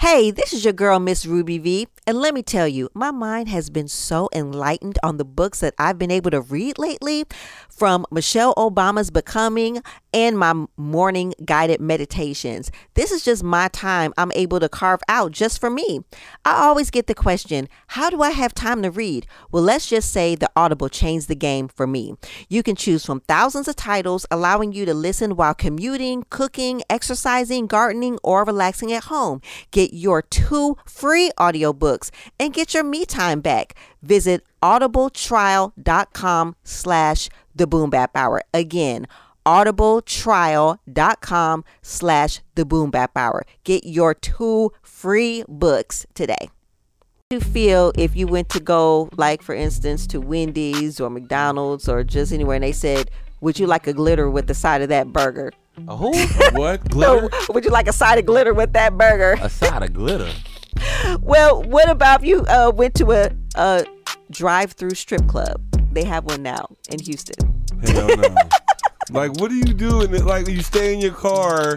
Hey, this is your girl, Miss Ruby V. And let me tell you, my mind has been so enlightened on the books that I've been able to read lately from Michelle Obama's Becoming and my morning guided meditations. This is just my time I'm able to carve out just for me. I always get the question, how do I have time to read? Well, let's just say the Audible changed the game for me. You can choose from thousands of titles, allowing you to listen while commuting, cooking, exercising, gardening, or relaxing at home. Get your two free audiobooks and get your me time back. Visit audibletrial.com slash the boom bap hour. Again, audibletrial.com slash the boom bap hour. Get your two free books today. You feel if you went to go, like for instance, to Wendy's or McDonald's or just anywhere and they said, Would you like a glitter with the side of that burger? A who? what? Glitter? Would you like a side of glitter with that burger? A side of glitter. Well, what about if you uh, went to a, a drive through strip club? They have one now in Houston. Hell no. like, what do you do? In it? Like, you stay in your car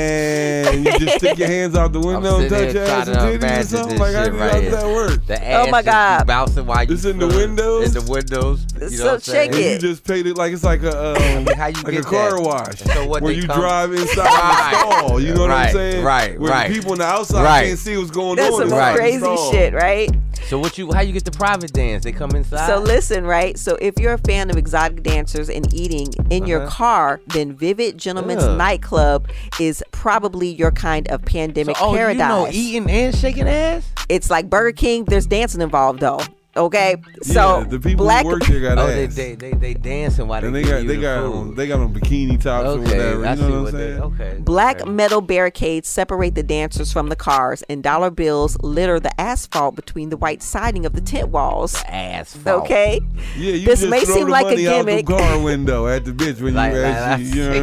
and you just stick your hands out the window and touch your ass and titties or something? Like, how, do- how does that work? The ass Oh my just God. bouncing while you It's in the feel it. windows? In the windows. You know So what I'm saying? shake And it. you just paid it like it's like a um, How you like a get car that? wash So what where they you come- drive inside Right. the stall. You know what I'm Right, saying? right, Where right. the people on the outside Right. can't see what's going That's on. some inside Right. the crazy stall. shit, right? So what you? How you get the private dance? They come inside. So listen, right? So if you're a fan of exotic dancers and eating in your car, then Vivid Gentlemen's Uh-huh. Yeah. Nightclub is probably your kind of pandemic So, oh, paradise. you know, eating and shaking ass. it's like Burger King. There's dancing involved though. Okay, Yeah, so the people black. who work there got Oh, they, ass. they they they dancing while and they, they give got you they the got food. on, they got on bikini tops or whatever. I You know see what I'm what saying? They, okay. Black okay. metal barricades separate the dancers from the cars, and dollar bills litter the asphalt between the white siding of the tent walls. asphalt. Okay, Yeah, you This just may throw seem the like a money out the gimmick. car window at the bitch when Like, you like, actually, I you know what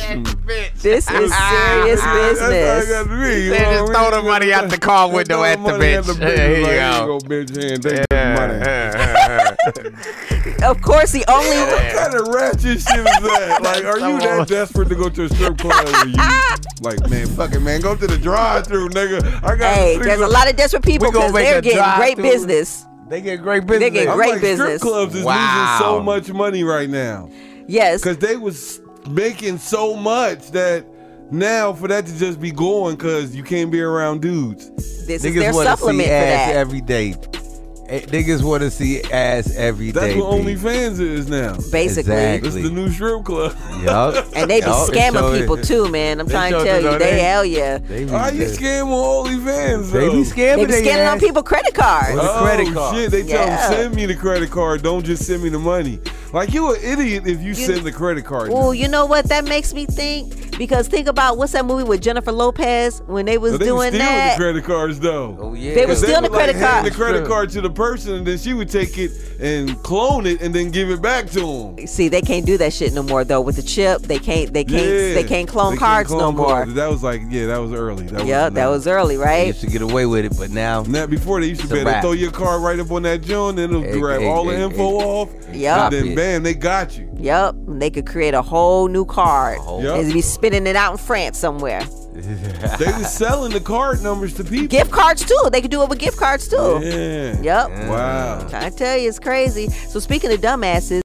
I see. mean? Bitch. this is Ah, serious That's how it got business. to be, you They just know what I throw mean? the money out the car They window throw at the money bitch. There you go. Like, here you go, bitch hand, take the money. Yeah. Of course, the only What kind of ratchet shit is that? Like, are you that desperate to go to a strip club where you, like, man, fuck it, man, go to the drive-thru, nigga. I got. Hey, there's a lot of desperate people We gonna because make they're a getting great drive-through. business. they get great business. They get I'm great like, business. Strip clubs is Wow. losing so much money right now Yes. because they was making so much that now for that to just be going because you can't be around dudes. This is Niggas their want to supplement see for ass that. every day. Eh, Niggas want to see ass every day. That's what B. OnlyFans is now. Basically. Exactly. It's the new strip club. Yup. And they be Yup, it scamming sure people is. too, man. I'm They trying to sure tell do, you, don't they they? hell yeah. They be, How you just- scam on OnlyFans? they though? Oh, be scamming They be they scamming on ass. people credit Well, cards. the credit card. Shit, they tell them Yeah. send me the credit card. Don't just send me the money. Like you an idiot if you, send the credit card. Ooh, you know what? That makes me think because think about what's that movie with Jennifer Lopez when they was But they doing steal that. the credit cards though. Oh yeah. They was 'Cause steal would, the credit like, hand card. The credit True. card to the person, and then she would take it and clone it, and then give it back to him. See, they can't do that shit no more though. With the chip, they can't. They can't. They can't clone cards no more. That was like, yeah, that was early. That Yeah, that no. was early, They right? used to get away with it, but now Now, before they used to It's a be able to wrap. throw your card right up on that joint, and it'll Egg, grab egg, all the egg, info egg. off, Yup. and then bam, they got you. Yup. And They could create a whole new card. whole- Yup. And be spinning it out in France somewhere. They was selling the card numbers to people. Gift cards too. They could do it with gift cards too. yeah. Yup. Wow. I tell you, it's crazy. So speaking of dumbasses.